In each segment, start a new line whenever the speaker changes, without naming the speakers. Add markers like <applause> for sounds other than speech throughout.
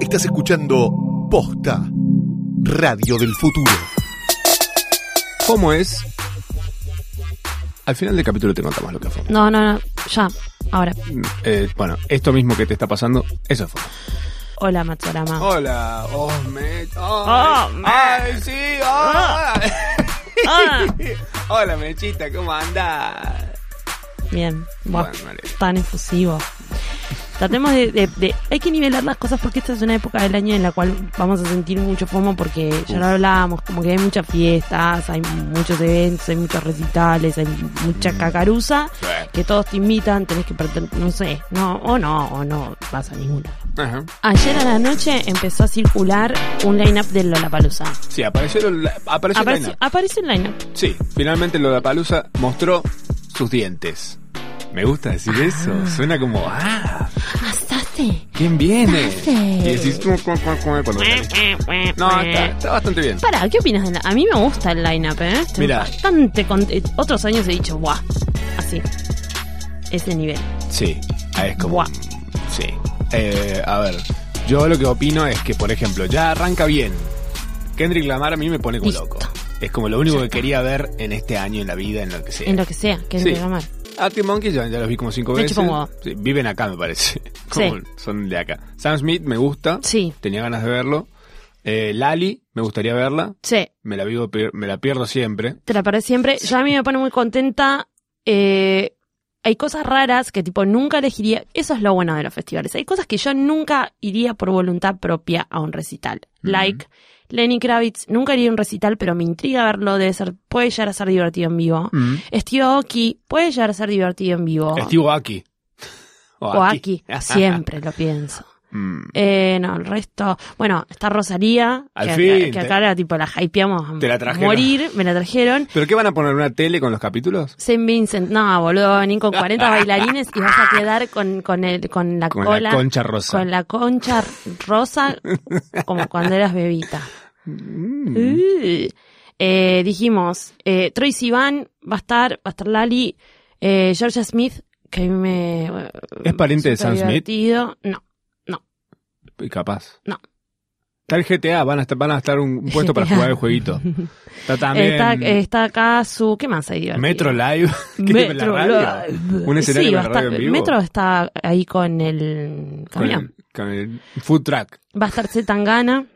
Estás escuchando Posta, Radio del Futuro.
¿Cómo es? Al final del capítulo te contamos lo que fue.
No, no, no. Ya. Ahora.
Eh, bueno, esto mismo que te está pasando, eso fue.
Hola, Matsorama.
Hola, oh, me...
Oh, me-
ay, sí, oh.
Ah. Ah.
<laughs> Hola, Mechita, ¿cómo andás?
Bien. Buah,
Bueno, vale.
tan efusivo. Tratemos de, de- de- Hay que nivelar las cosas porque esta es una época del año en la cual vamos a sentir mucho FOMO porque ya lo hablábamos, como que hay muchas fiestas, hay muchos eventos, hay muchos recitales, hay mucha
Mm.
cacaruza, que todos te invitan, tenés que perder, no sé, no, o no, o no vas a ninguna.
Ajá.
Ayer a la noche empezó a circular un line-up de Lollapalooza.
Sí, apareció, el- apareció el
Aparece,
line-up.
aparece el line-up.
Sí, finalmente Lollapalooza mostró sus dientes. Me gusta decir eso, suena como, ah,
¿Pasaste?
¿quién viene?
Está
Y
feo.
decís, "Cu, cu, cu, cu", cuando
Eh,
venís. No, está, está bastante bien.
Pará, ¿qué opinas? del- A mí me gusta el line-up, ¿eh? Estoy
Mirá.
Bastante con- eh, Otros años he dicho, ¡buah! Así. Ese nivel.
Sí, ah, es como.
Buah.
Sí. Eh, a ver, yo lo que opino es que, por ejemplo, ya arranca bien. Kendrick Lamar a mí me pone como
Listo.
loco. Es como lo único que quería ver en este año, en la vida, en lo que sea.
En lo que sea, que
Sí.
sí. llamar.
Arctic Monkey ya, ya los vi como cinco
Me
veces.
chupa un huevo.
Sí, viven acá, me parece. <laughs>
Sí.
Como Son de acá. Sam Smith me gusta.
Sí.
Tenía ganas de verlo. Eh, Lali, me gustaría verla.
Sí,
Me la vivo, per- me la pierdo siempre.
te la perdés siempre. Ya a mí me pone muy contenta. Eh, hay cosas raras que, tipo, nunca elegiría. Eso es lo bueno de los festivales. Hay cosas que yo nunca iría por voluntad propia a un recital. Like Lenny Kravitz. Nunca iría a un recital, pero me intriga verlo. Debe ser, puede llegar a ser divertido en vivo.
Mm.
Steve Aoki puede llegar a ser divertido en vivo.
Steve Aki. <laughs>
o Aki, siempre lo pienso.
Mm.
Eh, no, el resto. Bueno, está Rosalía,
Al
que, acá-
fin, te-
que acá la, tipo, la hypeamos a
Te la trajeron.
morir, me la trajeron.
¿Pero qué van a poner? ¿Una tele con los capítulos?
Saint Vincent, no, boludo, va a venir con
<laughs>
40 bailarines y vas a quedar con, con, el, con la
Con la
cola.
concha rosa.
Con la concha rosa, como cuando
<laughs>
eras bebita.
Mm.
Uh. Eh, dijimos, eh, Troy Sivan va a estar, va a estar Lali, eh, Georgia Smith, que a mí me...
¿Es pariente de Sam
súper
Smith?
divertido. No,
Y capaz.
No.
Está el GTA, van a estar, van a estar
<laughs>
un, un puesto para
GTA.
jugar el jueguito. Está también
está, eh, está acá su... ¿Qué más hay divertido?
Metro Live. que es la
Metro
radio.
Live.
Un escenario
Sí,
de
va a
la radio
estar-
en vivo.
Metro está ahí con el
Con
camión.
el, con el food track.
Va a estar Zetangana.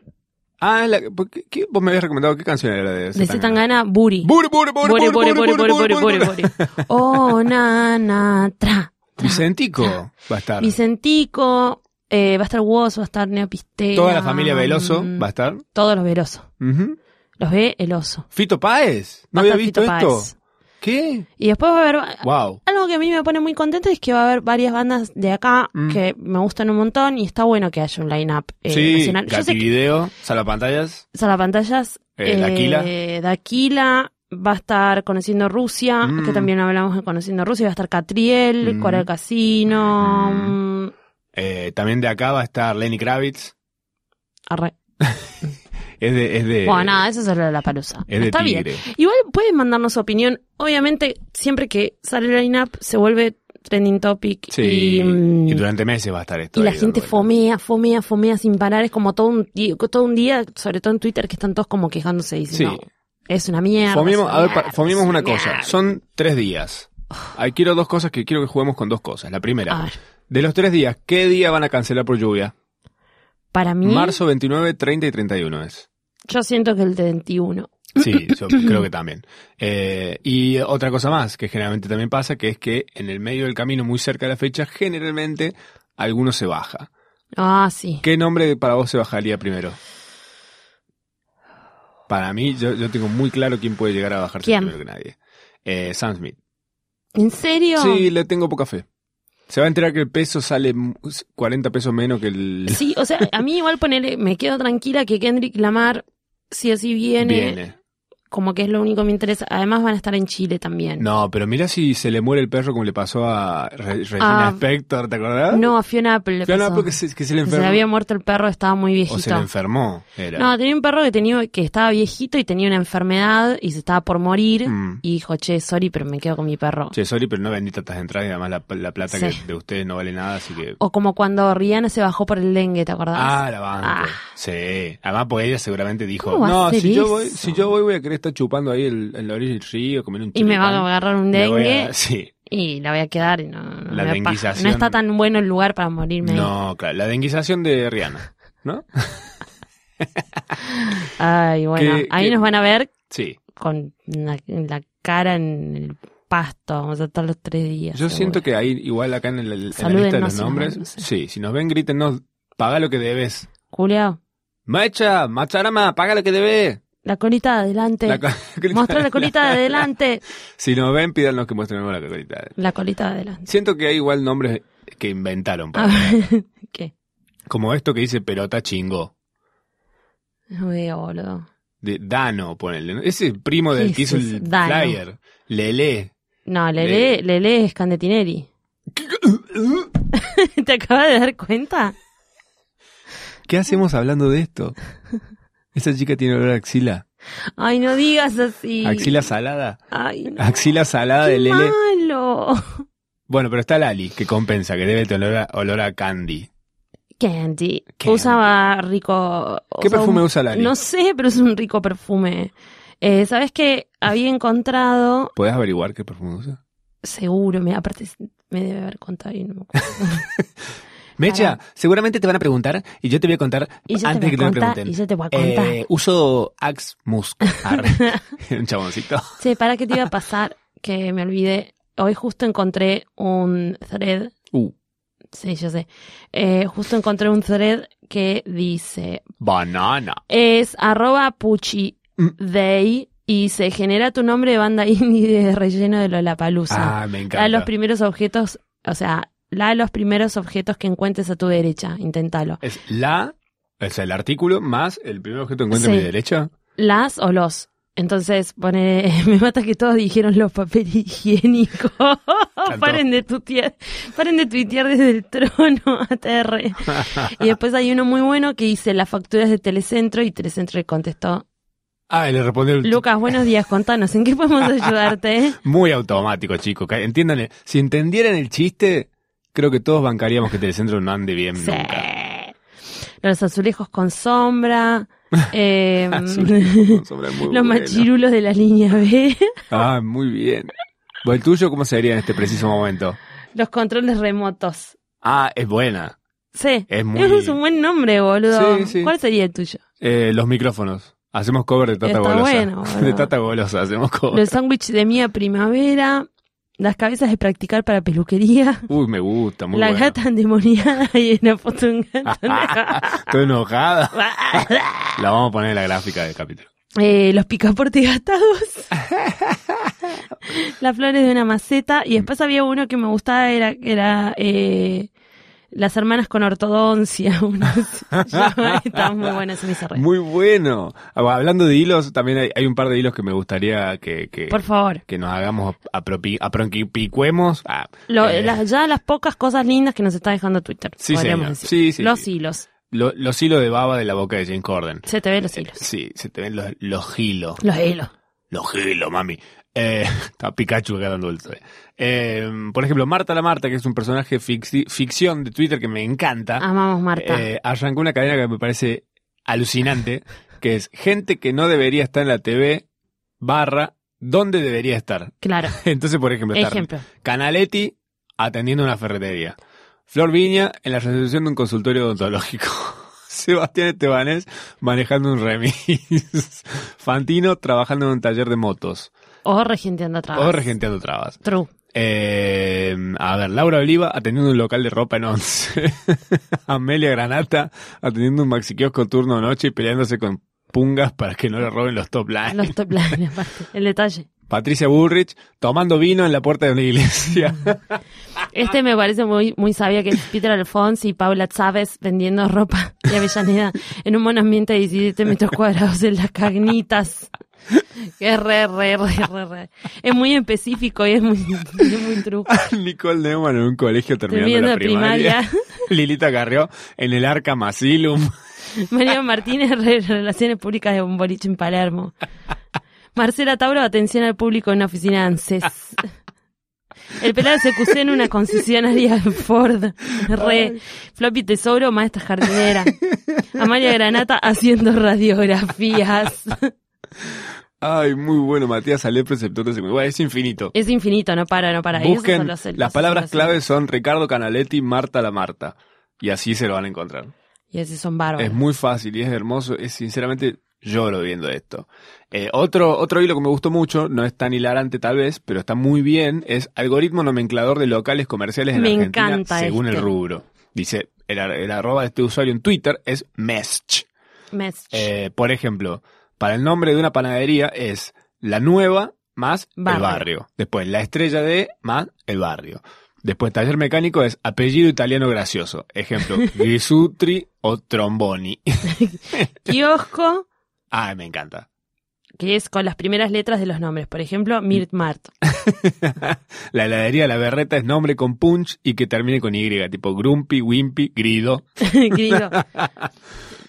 Ah, la, ¿por qué, qué- vos me habías recomendado qué canción era de
De Zetangana, Buri.
Buri, buri, buri,
Buri,
buri,
Buri,
buri, buri, buri, buri.
Oh, na, na, tra. tra.
Vicentico va a
<laughs>
estar.
Vicentico. eh, va a estar Woz, va a estar Neopistela.
Toda la familia Veloso va a estar.
Todos los Velosos.
Ujú.
Los ve el oso.
Fito Páez. No
Va a
había visto
estar Fito
esto.
Páez.
¿Qué?
Y después va a haber...
Wow.
Algo que a mí me pone muy contenta es que va a haber varias bandas de acá
Mm.
que me gustan un montón y está bueno que haya un line-up eh,
sí,
nacional. Yo sé que
Gativideo, Salapantallas.
Salapantallas,
Eh, Daquila.
eh, Daquila, va a estar Conociendo Rusia,
Mm.
que también hablamos de Conociendo Rusia, va a estar Catriel,
Mm.
Coral Casino,
Mm.
mm,
Eh, también de acá va a estar Lenny Kravitz.
arre.
Es de. Es de
bueno, nada, eso es lo de la palusa.
Eh, es de
Está bien.
tigre.
Igual pueden mandarnos su opinión. Obviamente, siempre que sale el line-up se vuelve trending topic
Sí.
y,
Y,
mm,
durante meses va a estar esto.
Y la
ahí
gente
dando vueltas.
fomea, fomea, fomea sin parar. Es como todo un, día, todo un día, sobre todo en Twitter, que están todos como quejándose y diciendo,
Sí.
es una mierda.
Fomiemos,
es
a ver,
mierda,
pa- fomiemos
es
una
mierda".
cosa. Son tres días. Ahí quiero dos cosas que quiero que juguemos con dos cosas. La
A
primera,
ver,
de los tres días, ¿qué día van a cancelar por lluvia?
para mí,
Marzo 29, 30 y 31 es.
yo siento que el de 21. <laughs>
Sí, yo creo que también. Eh, y otra cosa más que generalmente también pasa, que es que en el medio del camino, muy cerca de la fecha, generalmente alguno se baja.
Ah, sí.
¿Qué nombre para vos se bajaría primero? Para mí, yo, yo tengo muy claro quién puede llegar a bajarse
¿Quién?
primero que nadie. Eh, Sam Smith.
¿En serio?
Sí, le tengo poca fe. Se va a enterar que el peso sale mu- 40 pesos menos que el...
Sí, o sea, a mí igual ponerle, me quedo tranquila que Kendrick Lamar, si así viene,
Viene.
como que es lo único que me interesa. Además van a estar en Chile también.
No, pero mira si se le muere el perro como le pasó a Re- Regina
Ah.
Spector, ¿te acordás?
No, a Fiona Apple le
Fiona
pasó.
Apple que se, que se le
Que se
enfermó.
le había muerto el perro, estaba muy
o
viejito.
se le enfermó. Era.
No, tenía un perro que tenía que estaba viejito y tenía una enfermedad y se estaba por morir.
Mm.
Y dijo, che, sorry, pero me quedo con mi perro.
Che, sorry, pero no vendí tantas entradas y además la, la plata
Sí.
que de ustedes no vale nada, así que...
O como cuando Rihanna se bajó por el dengue, ¿te acordás?
Ah, la banca.
Ah.
Sí. Además, porque ella seguramente dijo,
¿Cómo va a
no,
hacer
si yo,
eso?
voy, si yo voy, voy a querer estar chupando ahí el, en la orilla del río, comer un
y me va
choripán.
a agarrar un
Me voy a- <laughs>
dengue
Sí.
y la voy a quedar y no, no
La
me da paja.
denguización.
No está tan bueno el lugar para morirme. ahí.
No, claro, la denguización de Rihanna, ¿no? <laughs>
Ay, bueno,
Que-
ahí
que-
nos van a ver
Sí.
con la, la cara en el pasto. Vamos a estar los tres días.
Yo
seguro.
siento que ahí, igual acá en, el- en la
Salúdennos
lista de los
si nos
nombres,
ven, no sé.
sí, si nos ven, grítenos, paga lo que debes.
Julio,
Macha, macharama, paga lo que debes.
la colita de adelante.
La co- <laughs>
Mostra la colita de adelante.
Si nos ven, pídanos que mostremos la colita.
La colita de adelante.
Siento que hay igual nombres que inventaron.
A
para-
ver, <laughs> ¿qué?
Como esto que dice pelota chingo.
No veo, boludo.
De Dano, ponele. ¿no? Ese es primo
¿Qué
del
es
que hizo el
eso? Dano.
flyer. Lele.
No, Lele, Lele es Candetineri. <laughs> ¿Te acabas de dar cuenta?
¿Qué hacemos hablando de
<laughs>
esto? Esa chica tiene olor a axila.
Ay, no digas así.
Axila salada.
Ay, no.
Axila salada
Qué
de Lele.
malo.
Bueno, pero está Lali, que compensa, que debe tener olor a, olor a candy.
Candy.
Candy.
Usaba rico.
¿Qué
usaba
perfume
un-
usa Lali?
No sé, pero es un rico perfume. Eh, ¿Sabes qué? Había encontrado,
¿Puedes averiguar qué perfume usa?
seguro, me, aparte me debe haber contado y no me acuerdo.
Mecha, seguramente te van a preguntar y yo te voy a contar
Y yo
antes
te
que
voy
te
a
lo
contar,
pregunten.
y yo te voy a contar.
Eh, uso Axe Musk. Arre.
<laughs>
<laughs> Un chaboncito.
Che, ¿para qué te iba a pasar? Que me olvidé. Hoy justo encontré un thread.
Uh,
Sí, yo sé. Eh, justo encontré un thread que dice,
banana.
es arroba puchi
Mm.
day y se genera tu nombre de banda <laughs> indie de relleno de Lollapalooza.
ah, me encanta.
Da los primeros objetos, o sea, da los primeros objetos que encuentres a tu derecha. Inténtalo.
Es la, es el artículo más el primer objeto que encuentro a mi
Sí.
derecha.
Las o los. Entonces, pone, <laughs> me mata que todos dijeron los papeles higiénicos. paren, de tutear, paren de tuitear desde el trono, <laughs> ATR. y después hay uno muy bueno que dice las facturas de Telecentro y Telecentro le contestó,
Ah, y le respondió el
Lucas, buenos días, contanos, ¿en qué podemos ayudarte?
muy automático, chicos. que Entiéndanle, si entendieran el chiste, creo que todos bancaríamos que Telecentro no ande bien
Sí. <laughs>
nunca.
Los azulejos con sombra.
<laughs>
eh,
Azul, sombra muy
<laughs> los
bueno.
machirulos de la línea B. <laughs>
Ah, muy bien. Bueno, ¿El tuyo cómo sería en este preciso momento?
los controles remotos.
Ah, es buena.
Sí.
Es muy...
Ese es un buen nombre, boludo.
Sí, sí.
¿Cuál sería el tuyo?
Eh, los micrófonos. Hacemos cover de Tata
Está
Golosa. <laughs>
bueno, boludo.
de Tata Golosa hacemos cover.
Los sándwiches de mía primavera, las cabezas de practicar para peluquería,
Uy, me gusta, muy
la
bueno.
gata endemoniada <laughs> y una foto de un gato.
Estoy
<laughs>
enojada. La vamos a poner en la gráfica del capítulo.
Eh, los
<laughs>
picaportes gastados. las flores de una maceta. Y después había uno que me gustaba, era, era eh, las hermanas con ortodoncia. <laughs> uno se llama. Estaba muy bueno, se me hizo reír.
Muy bueno. Ah, bueno, Hablando de hilos, también hay, hay un par de hilos que me gustaría que, que,
Por favor.
que nos hagamos apropi, apronquipicuemos. Ah,
Lo-
eh,
las- ya las pocas cosas lindas que nos está dejando Twitter.
Sí,
podríamos
señor.
decir.
Sí, sí,
los
sí.
hilos.
lo- los hilos de baba de la boca de Jane Corden.
Se te ven los hilos.
Sí, se te ven los, los hilos.
Los hilos.
Los hilos, mami. Eh, <laughs> está Pikachu acá dando vueltas. Eh, por ejemplo, Marta la Marta, que es un personaje fixi- ficción de Twitter que me encanta.
Amamos Ah, Marta.
Eh, arrancó una cadena que me parece alucinante, que es gente que no debería estar en la TV, barra, ¿dónde debería estar? <laughs>
claro.
Entonces, por ejemplo, está
Ejemplo.
Canaletti atendiendo una ferretería. Flor Viña en la recepción de un consultorio odontológico. <laughs> Sebastián Estebanés manejando un remis. <laughs> Fantino trabajando en un taller de motos.
O regenteando atrás.
O regenteando trabas.
True.
Eh, a ver, Laura Oliva atendiendo un local de ropa en once. <laughs> Amelia Granata atendiendo un maxi kiosco turno noche y peleándose con pungas para que no le roben los top lines.
Los top line, <laughs> aparte. El detalle.
Patricia Bullrich tomando vino en la puerta de una iglesia. <laughs>
Este me parece muy, muy sabio que es Peter Alphonse y Paula Chávez vendiendo ropa de Avellaneda en un buen ambiente de 17 metros cuadrados en las cagnitas. Que es re, re, re, re, re. Es muy específico y es muy, <laughs> es muy truco.
Nicole Neumann en un colegio terminando,
Terminando
la
la
primaria. <laughs>
primaria.
Lilita Carrió en el Arca Masilum.
María Martínez, <laughs> re- Relaciones Públicas de un boliche en Palermo. Marcela Tauro, atención al público en una oficina de ANSES. El pelado se CQC en una concesionaria de Ford. Re. Floppy Tesouro, maestra jardinera. Amalia Granata haciendo radiografías.
Ay, muy bueno, Matías Ale, preceptor de secundaria. Bueno, es infinito.
Es infinito, no para, no para. Y esos
Busquen,
son los- esos
las
son
palabras
los-
claves son Ricardo Canaletti, Marta la Marta. Y así se lo van a encontrar.
Y así son bárbaros.
Es muy fácil y es hermoso. Es sinceramente lloro viendo esto. Eh, otro, otro hilo que me gustó mucho, no es tan hilarante tal vez, pero está muy bien, es algoritmo nomenclador de locales comerciales en
Me
Argentina
encanta
según
este.
el rubro. Dice, el, ar- el arroba de este usuario en Twitter es Mesch.
Mes-
Eh, por ejemplo, para el nombre de una panadería es la nueva más el
Barrio.
barrio. Después la estrella de más el barrio. Después taller mecánico es apellido italiano gracioso. Ejemplo, Grisutri o Tromboni. <laughs>
Kiosco,
Ay, me encanta.
que es con las primeras letras de los nombres. Por ejemplo, Mirt Mart.
La heladería La Berreta es nombre con punch y que termine con Y, tipo Grumpy, Wimpy, Grido.
<laughs> Grido.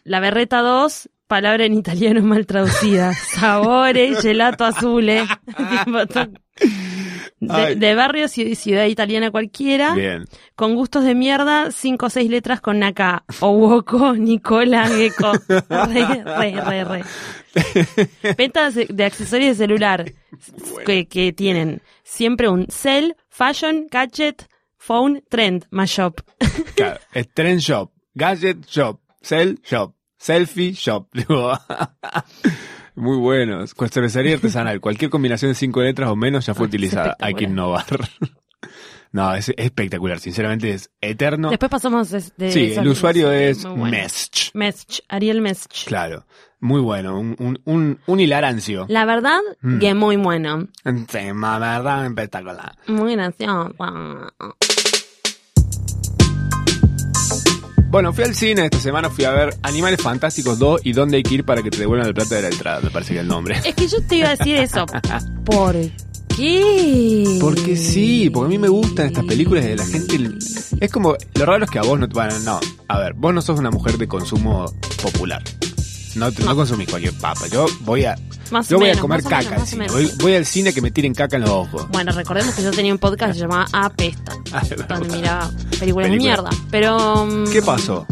La berreta 2, palabra en italiano mal traducida. Sabores, gelato azul, eh. <laughs> Tipo, to-
Ay.
de, de barrio, ci- ciudad italiana cualquiera.
Bien.
Con gustos de mierda, cinco o seis letras con Naka, Owoko, Nicola, Gecko. Re, re, re, re. Ventas de- de accesorios de celular que, que tienen siempre un cell, fashion, gadget, phone, trend, mashup.
Claro, es Trend Shop, Gadget Shop, Cell Shop, Selfie Shop. <laughs> Digo, Muy buenos. Cual- Cervecería artesanal. Cualquier combinación de cinco letras o menos ya fue
Ay, Ah, es
utilizada. Hay que
espectacular.
innovar. <laughs> No, es espectacular. Sinceramente es eterno.
Después pasamos de, de
sí,
esos
el usuario
links.
es
Muy bueno.
Mesh.
Mesh, Ariel Mesh.
Claro. Muy bueno. Un, un, un, un hilarancio.
La verdad
Mm.
que muy bueno.
Sí, la verdad, espectacular.
Muy gracioso.
Bueno, fui al cine esta semana. Fui a ver Animales Fantásticos 2 y dónde hay que ir para que te devuelvan el plata de la entrada. Me parece que es el nombre.
Es que yo te iba a
<laughs>
decir eso. ¿Por qué?
Porque sí, porque a mí me gustan estas películas de la gente. Es como, lo raro es que a vos no te van No, a ver, vos no sos una mujer de consumo popular. No, te- no consumís cualquier papa. Yo voy a,
Más
yo
o
voy
menos,
a comer
más o
caca
menos,
al
más o
cine.
menos.
Voy, voy al cine que me tiren caca en los ojos. <laughs>
Bueno, recordemos que yo tenía un podcast que se llamaba Apesta,
Ah, de verdad.
donde miraba películas de
Película.
mierda. Pero. mm,
¿Qué pasó?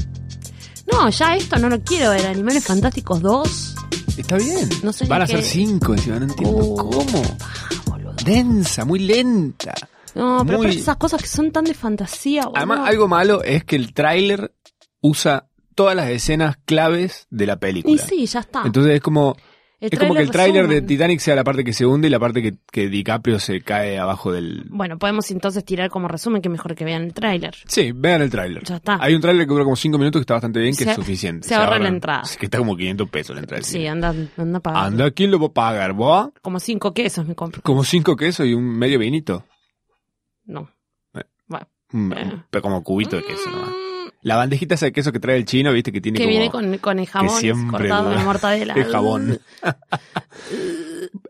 No, ya esto no lo quiero ver. Animales Fantásticos 2.
Está bien.
No sé
van
ni
a ser
qué-
cinco encima, no entiendo
Oh.
cómo.
Ah, boludo.
Densa, muy lenta.
No, pero
Muy-
por esas cosas que son tan de fantasía, boludo.
Además, algo malo es que el tráiler usa todas las escenas claves de la película.
Y sí, ya está.
Entonces es como,
El
es como que el tráiler de
resumen.
Titanic sea la parte que se hunde y la parte que, que DiCaprio se cae abajo del...
Bueno, podemos entonces tirar como resumen que mejor que vean el tráiler.
Sí, vean el tráiler.
Ya está.
Hay un tráiler que dura como 5 minutos que está bastante bien, que
Se-
es suficiente.
se ahorra la entrada.
Sí, que está como 500 pesos la entrada. del
Sí,
cine.
anda, anda pagando.
Anda, ¿quién lo va a pagar? ¿Vos?
Como cinco quesos me compro.
Como 5 quesos y un medio vinito.
No.
Eh.
Bueno.
Un-
Eh.
un- pero como cubito de queso nomás.
Mm,
La bandejita esa de queso que trae el chino, viste, que tiene
que
como...
viene con, con el
que
jabón
siempre
cortado
dura.
en mortadela. Mm,
el jabón. <laughs>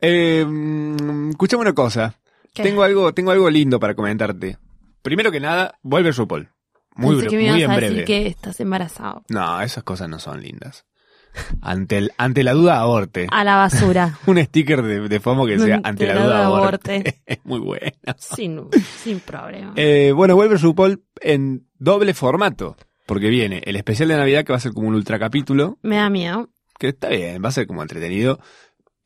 eh, mm, escuchame una cosa.
¿Qué?
Tengo algo, tengo algo lindo para comentarte. Primero que nada, vuelve RuPaul. Muy,
Pensé
bre-
que me
muy
ibas
en
a
breve.
decir que estás embarazado.
No, esas cosas no son lindas. Ante, el- ante la duda aborte.
A la basura.
Un sticker de, de FOMO <laughs> que
<laughs>
sea
No,
ante
te
la duda aborte. <laughs>
aborte.
Es muy bueno.
sin, sin problema.
Eh, bueno, vuelve RuPaul en doble formato. Porque viene el especial de Navidad que va a ser como un ultracapítulo.
me da miedo.
Que está bien, va a ser como entretenido.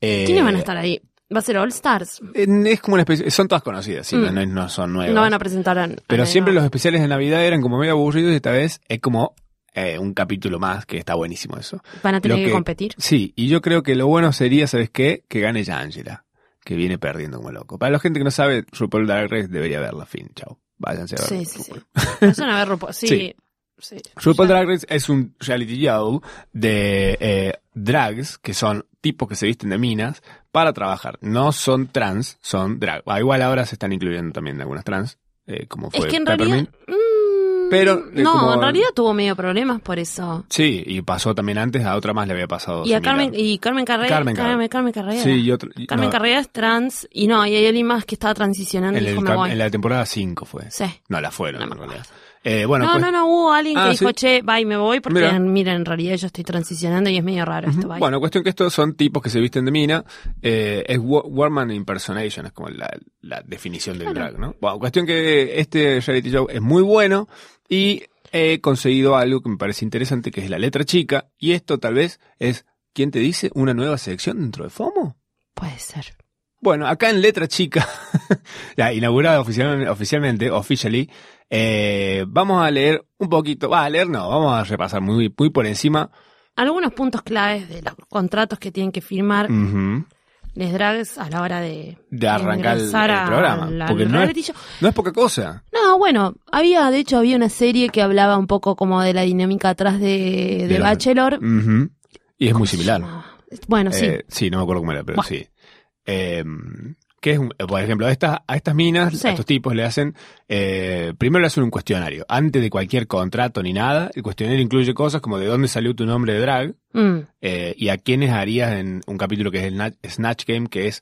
Eh,
¿Quiénes van a estar ahí? Va a ser All Stars.
en- Es como una especie. Son todas conocidas, sí,
Mm.
no- no, no son nuevas.
No van a presentar a.
Pero
a-
siempre los especiales de Navidad eran como medio aburridos y esta vez es como eh, un capítulo más, que está buenísimo eso.
Van a tener
lo
que,
que-
competir.
Sí, y yo creo que lo bueno sería, ¿sabes qué? Que gane ya Angela, que viene perdiendo como loco. Para la gente que no sabe, RuPaul Drag Race debería verla, fin, chao. Váyanse a ver.
Sí, sí, sí. Vayan a ver RuPaul. Sí.
Sí.
sí.
RuPaul
Ya.
Drag Race es un reality show de eh, drags, que son tipos que se visten de minas, para trabajar. No son trans, son drag. Ah, igual ahora se están incluyendo también algunas trans, eh, como fue
Es que en
Peppermint.
realidad. mm,
Pero. eh,
No,
como-
en realidad tuvo medio problemas por eso.
Sí, y pasó también antes, a otra más le había pasado.
Y a
similar.
Carmen, y Carmen Carrera.
Carmen Carrera.
Carmen, Carmen, Carrera.
Sí, y otra- y-
Carmen
no,
Carrera es trans y no, y hay alguien más que estaba transicionando y
En,
dijo
el
me
cap-
voy.
en la temporada 5 fue.
Sí.
No, la fueron,
No me
en realidad. Eh, bueno,
no,
pues-
no, no, hubo alguien que
Ah,
dijo,
sí.
che, bye, me voy, porque
Mira.
mira. en realidad yo estoy transicionando y es medio raro esto, bye.
Bueno, cuestión que estos son tipos que se visten de mina. eh, es wo- Warman Impersonation, es como la, la definición del drag, ¿no? Bueno, cuestión que este reality show es muy bueno y he conseguido algo que me parece interesante, que es la letra chica. Y esto tal vez es, ¿quién te dice? ¿Una nueva sección dentro de FOMO?
Puede ser.
Bueno, acá en Letra Chica, <laughs> ya inaugurada oficial- oficialmente, officially, eh, vamos a leer un poquito, va a leer no, vamos a repasar muy, muy por encima.
Algunos puntos claves de los contratos que tienen que firmar
Ujú.
les drags a la hora de,
de arrancar el,
ingresar
el
a-
programa.
al- al
porque no
reality
es,
show.
no es poca cosa.
No, bueno, había, de hecho, había una serie que hablaba un poco como de la dinámica atrás de, de
De los-
Bachelor.
Ujú. Y es muy similar.
Ah, Bueno, sí.
Eh, sí, no me acuerdo cómo era, pero
Buah.
sí. Eh, que es, un- eh, por ejemplo, a estas, a estas minas,
Sí.
a estos tipos le hacen, eh, primero le hacen un cuestionario, antes de cualquier contrato ni nada, el cuestionario incluye cosas como de dónde salió tu nombre de drag,
Mm,
eh, y a quiénes harías en un capítulo que es el na- Snatch Game, que es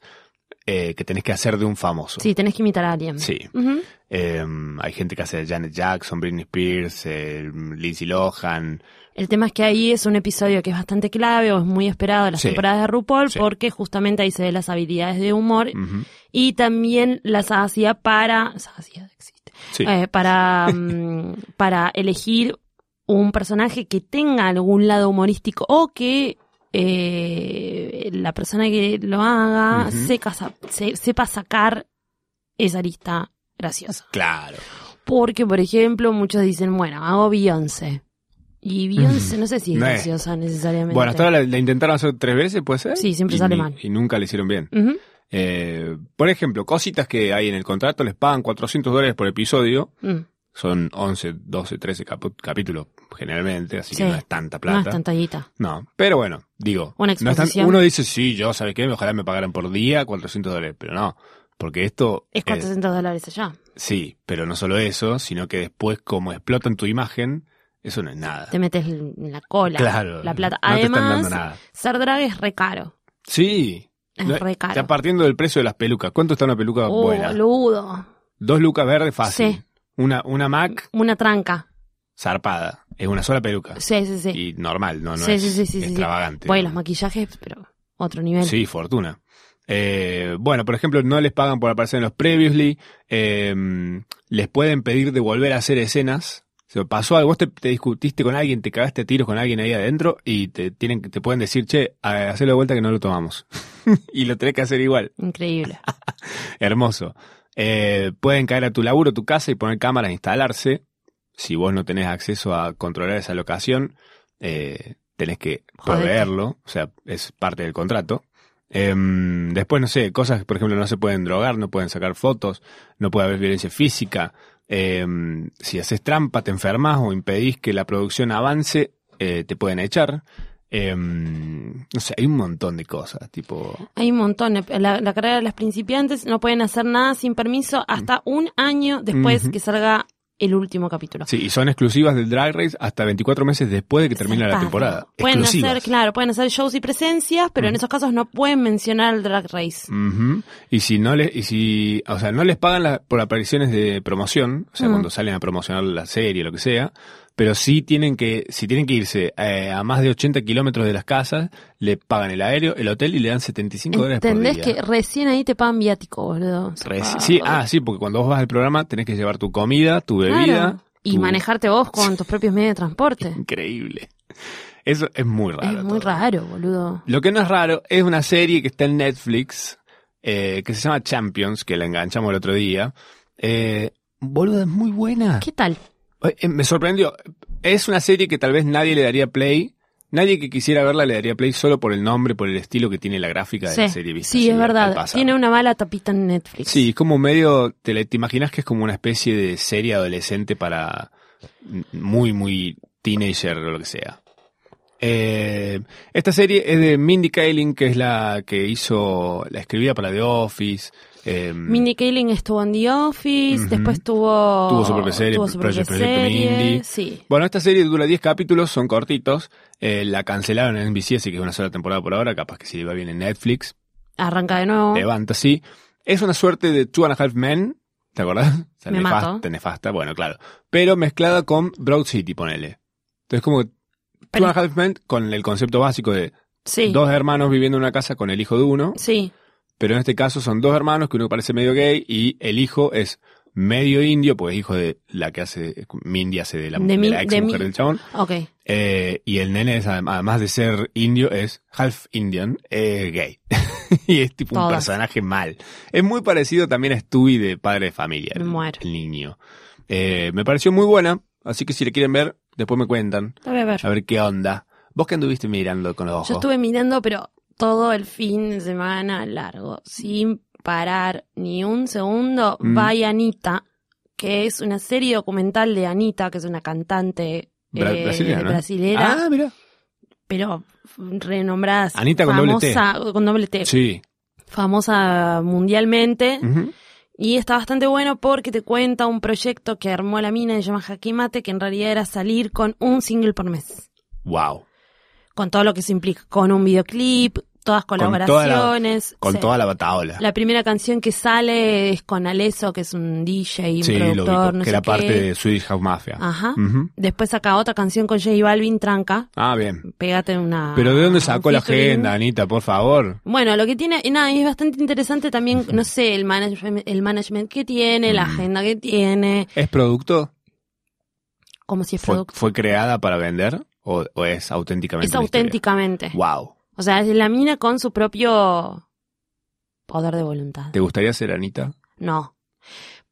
eh, que tenés que hacer de un famoso.
sí, tenés que imitar a alguien.
Sí.
Ujú.
Eh, hay gente que hace Janet Jackson, Britney Spears, eh, Lindsay Lohan.
El tema es que ahí es un episodio que es bastante clave o es muy esperado en las
Sí.
temporadas de RuPaul
Sí.
porque justamente ahí se ven las habilidades de humor
Ujú.
y también la sagacidad para... Sagacidad existe.
Sí.
Eh, para, mm,
<laughs>
para elegir un personaje que tenga algún lado humorístico o que eh, la persona que lo haga
Ujú.
seca sa- se- sepa sacar esa lista graciosa.
Claro.
Porque, por ejemplo, muchos dicen, bueno, hago Beyoncé. Y Beyoncé no sé si es
No es.
graciosa necesariamente.
Bueno, hasta ahora la, la intentaron hacer tres veces, ¿puede ser?
Sí, siempre
Y
sale
ni-
mal.
Y nunca le hicieron bien.
Ujú.
Eh, por ejemplo, cositas que hay en el contrato, les pagan 400 dólares por episodio.
Mm.
Son 11, 12, 13 capu- capítulos generalmente, así
Sí.
que no es tanta plata.
No es tanta guita.
No, pero bueno, digo, no
Una
es tan-
exposición.
uno dice, sí, yo, ¿sabes qué? Ojalá me pagaran por día 400 dólares, pero no, porque esto...
Es 400 dólares allá.
sí, pero no solo eso, sino que después como explotan tu imagen, eso no es nada.
Te metes en la cola.
claro,
La plata.
No te están
Además,
dando nada.
ser drag es re caro.
Sí,
Es
No,
re caro.
ya partiendo del precio de las pelucas, ¿cuánto está una peluca
Oh,
buena?
boludo.
Dos lucas verdes fácil.
Sí.
Una, una Mac
Una tranca.
zarpada, es una sola peluca.
Sí, sí, sí.
Y normal, no, no
Sí,
es
sí, sí, sí, sí.
extravagante.
Bueno, los maquillajes, pero otro nivel.
Sí, fortuna. Eh, bueno, por ejemplo, no les pagan por aparecer en los previously. eh, les pueden pedir de volver a hacer escenas. Se pasó algo, vos te, te discutiste con alguien, te cagaste a tiros con alguien ahí adentro y te tienen, que- te pueden decir, che, a- hacelo de vuelta que no lo tomamos. <laughs> y lo tenés que hacer igual.
Increíble.
Hermoso. Eh, pueden caer a tu laburo, tu casa y poner cámaras e instalarse. Si vos no tenés acceso a controlar esa locación, eh, tenés que
Jodete.
proveerlo. O sea, es parte del contrato. Em, después, no sé, cosas que, por ejemplo, no se pueden drogar, no pueden sacar fotos, no puede haber violencia física. Em, si haces trampa, te enfermas o impedís que la producción avance, eh, te pueden echar. Em, no sé, hay un montón de cosas, tipo...
Hay un montón. La, la carrera de las principiantes no pueden hacer nada sin permiso hasta un año después
Ujú.
que salga el último capítulo.
Sí, y son exclusivas del Drag Race hasta 24 meses después de que termine la
Zarpado.
temporada.
Pueden
exclusivas.
hacer, claro, pueden hacer shows y presencias, pero en
Ujú.
esos casos no pueden mencionar el drag race.
Ujú. Y si no les, y si, o sea, no les pagan la- por apariciones de promoción, o sea,
Mm.
cuando salen a promocionar la serie, lo que sea, pero sí tienen que, si tienen que irse eh, a más de 80 kilómetros de las casas, le pagan el aéreo, el hotel y le dan 75 dólares por día.
¿Entendés que recién ahí te pagan viático, boludo?
Reci- sí, ah, sí, porque cuando vos vas al programa tenés que llevar tu comida, tu bebida.
Claro. Y
tu-
manejarte vos
<laughs>
con tus propios medios de transporte.
Increíble. Eso es muy raro.
es muy
todo.
raro, boludo.
Lo que no es raro es una serie que está en Netflix, eh, que se llama Champions, que la enganchamos el otro día. Eh, boluda, es muy buena.
¿Qué tal?
Eh, eh, me sorprendió. Es una serie que tal vez nadie le daría play. Nadie que quisiera verla le daría play solo por el nombre, por el estilo que tiene la gráfica de
Sí,
la serie. vista
sí
así
es
al
verdad.
pasar.
Tiene una mala tapita en Netflix.
Sí, es como medio, te, la- te imaginas que es como una especie de serie adolescente para m- muy, muy teenager o lo que sea. Eh, esta serie es de Mindy Kaling, que es la que hizo, la escribía para The Office, Eh,
Mindy Kaling estuvo en The Office,
Ujú.
después tuvo.
Tuvo su propia serie,
tuvo
pro-
su propia
proyecto- proyecto
serie,
Mindy.
Sí.
Bueno, esta serie dura 10 capítulos, son cortitos. Eh, la cancelaron en NBC, así que es una sola temporada por ahora. Capaz que si le va bien en Netflix,
Arranca de nuevo.
levanta, sí. Es una suerte de Two and a Half Men, ¿te acordás? O sea,
Me
nefasta,
mato.
nefasta, bueno, claro. Pero mezclada con Broad City, ponele. Entonces, como que Two
Pero-
and a Half Men con el concepto básico de
sí.
dos hermanos viviendo en una casa con el hijo de uno.
Sí.
Pero en este caso son dos hermanos, que uno parece medio gay y el hijo es medio indio, porque es hijo de la que hace, Mindy hace de la,
De
de
mi-
la ex
de
mujer
mi-
del chabón.
Ok.
Eh, y el nene es, adem- además de ser indio, es half Indian, eh, gay. <laughs> y es tipo un
Todas.
personaje mal. Es muy parecido también a Stewie de Padre de Familia, el,
Me muero.
el niño. Eh, me pareció muy buena, así que si le quieren ver, después me cuentan.
La voy a ver.
A ver qué onda. ¿Vos qué anduviste mirando con los ojos?
Yo estuve mirando, pero todo el fin de semana largo, sin parar ni un segundo.
Mm.
By Anita, que es una serie documental de Anita, que es una cantante
Bra-
eh,
brasileña, ¿no?
brasilera,
Ah, mira.
pero renombrada.
Anita con doble T.
famosa, con doble T.
Sí. Mm.
Famosa mundialmente.
Ujú.
Y está bastante bueno porque te cuenta un proyecto que armó la mina y se llama Jaquimate, que en realidad era salir con un single por mes
Wow.
con todo lo que se implica, con un videoclip, todas
toda la-
colaboraciones.
Con
Sí.
toda la bataola.
La primera canción que sale es con Aleso, que es un DJ, un
sí, lo
productor,
ubico,
no
que
sé
era
qué.
parte de Mm. Swedish House Mafia.
Ajá.
Ujú.
Después saca otra canción con J Balvin, Tranca,
Ah, bien.
pégate una...
Pero ¿de dónde sacó
un
la
featuring.
agenda, Anita? Por favor.
Bueno, lo que tiene, y nada, es bastante interesante también, no sé, el management, el management que tiene, la
Mm.
agenda que tiene,
¿Es producto?
como si es
¿Fue,
producto.
fue creada para vender? ¿O, o es auténticamente?
Es
una historia?
auténticamente.
Wow.
O sea, es la mina con su propio poder de voluntad.
¿Te gustaría ser Anita?
No.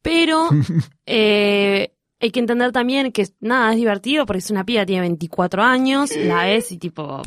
Pero
<laughs>
eh, hay que entender también que nada, es divertido porque es una piba, tiene 24 años, la ves y tipo...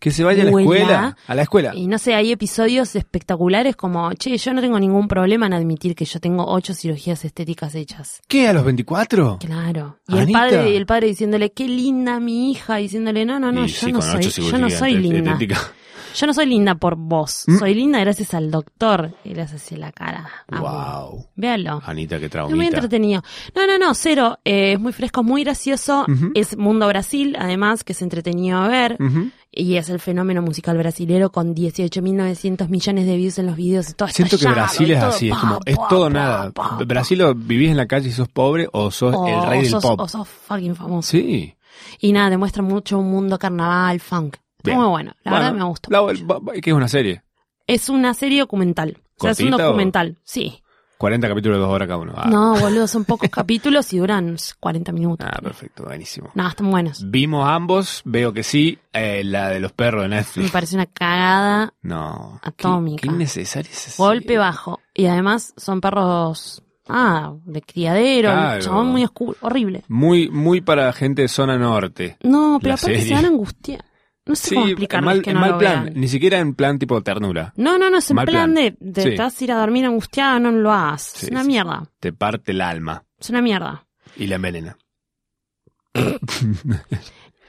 Que se vaya a la
Vuela.
escuela. A la escuela.
Y no sé, hay episodios espectaculares como, che, yo no tengo ningún problema en admitir que yo tengo ocho cirugías estéticas hechas.
¿Qué? ¿A los 24?
Claro. Y el
Anita.
padre, y el padre diciéndole, qué linda mi hija, diciéndole, no, no, no,
Y
yo,
sí,
no
con
soy,
ocho
yo no
cirugías
soy
estet-
linda. Ah,
estéticas.
Yo no soy linda por vos,
¿Mm?
soy linda gracias al doctor. Y le hace así la cara. Amo.
Wow.
Véalo.
Anita, qué
Es muy
traumita.
entretenido. No, no, no, cero. Eh, es muy fresco, es muy gracioso.
Ujú. Mm.
Es Mundo Brasil, además, que es entretenido a ver.
Ujú.
Y es el fenómeno musical brasilero con 18.900 millones de views en los videos. y Todo
Siento que
estallado,
Brasil
y
es
todo
así, es
pa,
como, es
pa,
todo
pa,
nada.
pa, pa.
Brasil, o ¿vivís en la calle y sos pobre o sos
O-
el rey
o
del
sos-
pop?
O sos fucking famoso.
Sí.
Y nada, demuestra mucho un mundo carnaval, funk. Está
Bien.
muy bueno. La
Bueno,
verdad me gustó.
la-
mucho.
va- va- que es una serie.
Es una serie documental. O sea, es un
¿Cortita o-
documental. Sí.
40 capítulos de dos horas cada uno. Ah,
No, boludo,
<laughs>
son pocos capítulos y duran 40 minutos.
ah, perfecto, buenísimo.
No, están buenos.
Vimos ambos, veo que sí, eh, la de los perros de
Me
Netflix.
parece una cagada,
No. qué-
Mm. Atómica.
Qué, innecesaria esa serie.
golpe bajo. Y además son perros, ah, de criadero,
Claro.
un chabón muy oscuro, horrible.
Muy, muy para gente de zona norte.
No, pero
La
aparte
serie.
se van a angustiar. No sé
Sí,
cómo
en
explicarles
mal,
que
en
no
mal
lo
plan.
vean.
Ni siquiera en plan tipo ternura.
No, no, no, es en
Mal
plan,
plan.
de, de
Sí.
te vas a ir a dormir angustiada, no lo hagas.
Sí,
es una
sí.
mierda,
Te parte el alma
es una mierda.
y la melena.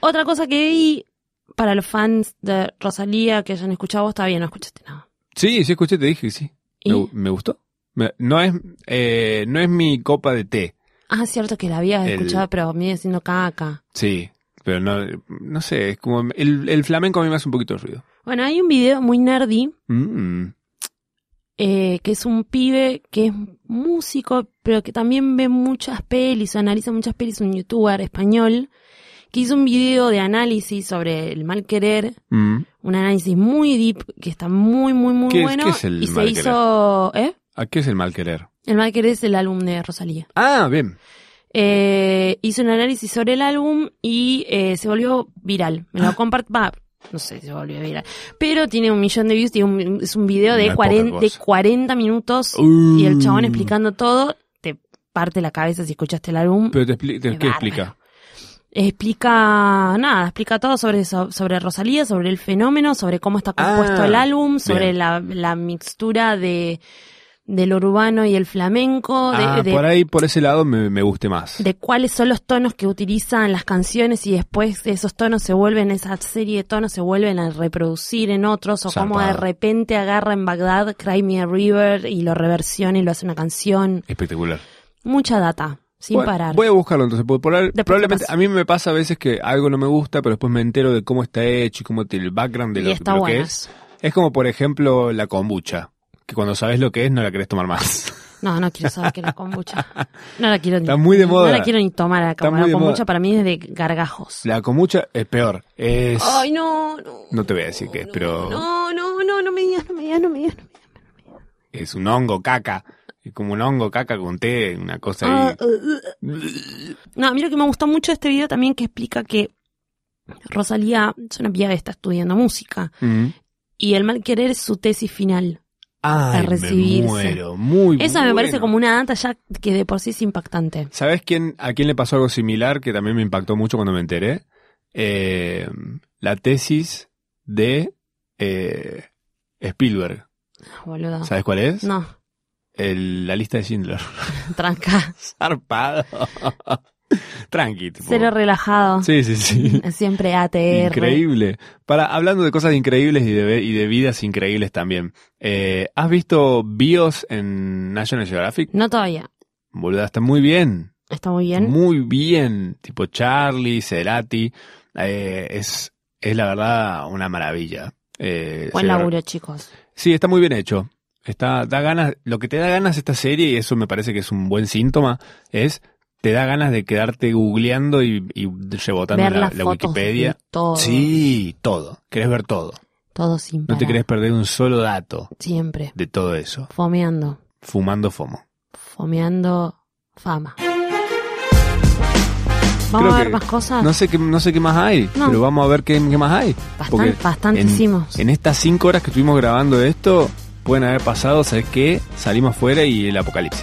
Otra cosa que vi para los fans de Rosalía que hayan escuchado vos, está bien, no escuchaste nada.
Sí, sí, escuché, te dije que sí.
¿Y?
Me, gu- me gustó. Me- no, es, eh, no es mi copa de té.
Ah, cierto que la habías
El-
escuchado, pero me iba haciendo caca.
Sí, pero no, no sé, es como el, el flamenco a mí me hace un poquito de ruido.
Bueno, hay un video muy nerdy
Mm.
eh, que es un pibe que es músico, pero que también ve muchas pelis, o analiza muchas pelis, un youtuber español, que hizo un video de análisis sobre el mal querer,
Mm.
un análisis muy deep, que está muy, muy, muy
¿Qué es-
bueno.
qué es el
y se
mal
hizo, ¿eh?
¿A qué es el mal querer?
El mal querer es el álbum de Rosalía.
Ah, bien.
Eh, hizo un análisis sobre el álbum y eh, se volvió viral. Me
Ah.
lo comparto. no sé si se volvió viral. Pero tiene un millón de views. tiene un- es un video
No
de,
es poca
40, de
cosa. Uh.
40 minutos y el
Mm.
chabón explicando todo. Te parte la cabeza si escuchaste el álbum.
Pero te expli- te-
Qué
¿qué
bárbaro.
explica?
Explica nada, explica todo sobre eso, sobre Rosalía, sobre el fenómeno, sobre cómo está compuesto
Ah,
el álbum, sobre
bien.
la, la mixtura de, del urbano y el flamenco, de,
Ah,
de-
por ahí, por ese lado me, me guste más.
de cuáles son los tonos que utilizan las canciones y después esos tonos se vuelven, esa serie de tonos se vuelven a reproducir en otros o cómo de
Zarpado.
repente agarra en Bagdad Cry Me a River y lo reversiona y lo hace una canción.
Espectacular.
Mucha data, sin
Bueno,
parar.
Voy a buscarlo entonces, porque por ahí-
Después te
probablemente
paso.
a mí me pasa a veces que algo no me gusta, pero después me entero de cómo está hecho y cómo tiene el background de
Y
lo,
está
lo que
buena.
es. Es como, por ejemplo, la kombucha, que cuando sabes lo que es no la querés tomar más. <laughs>
No, no quiero saber qué es la kombucha. No la quiero ni,
Está muy de moda.
No la quiero ni tomar la,
Está
com-
muy
la
de
kombucha
moda.
para mí es de gargajos.
La kombucha es peor. Es...
Ay, no, no.
No te voy a decir qué es,
no,
pero-
No, no, no, no me digas, no me digas, no me digas. no me digas.
es un hongo caca. Es como un hongo caca con té, una cosa
Ah,
ahí.
uh, uh. No, a mí lo que me gustó mucho de este video también que explica que Rosalía es una piba que está estudiando música
Mm.
y el mal querer es su tesis final.
Ay,
recibirse.
me muero. Muy
Esa me parece
bueno.
como una data ya que de por sí es impactante.
¿Sabes quién, a quién le pasó algo similar que también me impactó mucho cuando me enteré? Eh, la tesis de eh, Spielberg.
Boludo.
¿Sabes cuál es?
No,
El- la lista de Schindler. <laughs>
tranca.
Zarpado. Tranqui. tipo.
Cero Eh, relajado.
Sí, sí,
<laughs>
sí.
Siempre ATR.
Increíble. Para, hablando de cosas increíbles y de, ve- y de vidas increíbles también. eh, ¿Has visto Bios en National Geographic?
No todavía.
Boluda, está muy bien.
Está muy bien.
Muy bien. Tipo Charlie, Cerati. Eh, es, es la verdad una maravilla. Eh,
Buen
se-
laburo, chicos.
Sí, está muy bien hecho. Está, da ganas, lo que te da ganas esta serie, y eso me parece que es un buen síntoma, es te da ganas de quedarte googleando y, y rebotando
Ver
la,
las
la
fotos
Wikipedia.
de todo.
Sí, todo. Querés ver todo.
Todo sin
No te
parar.
querés perder un solo dato
Siempre.
de todo eso.
Fomeando.
Fumando FOMO.
Fomeando fama. ¿Vamos a ver
que-
más cosas?
No sé qué, no sé qué más hay,
Ah. No.
pero vamos a ver qué, qué más hay.
Bastan-
Porque
bastante
en-
hicimos.
En estas cinco horas que estuvimos grabando esto, pueden haber pasado, ¿sabes qué? Salimos fuera y el apocalipsis.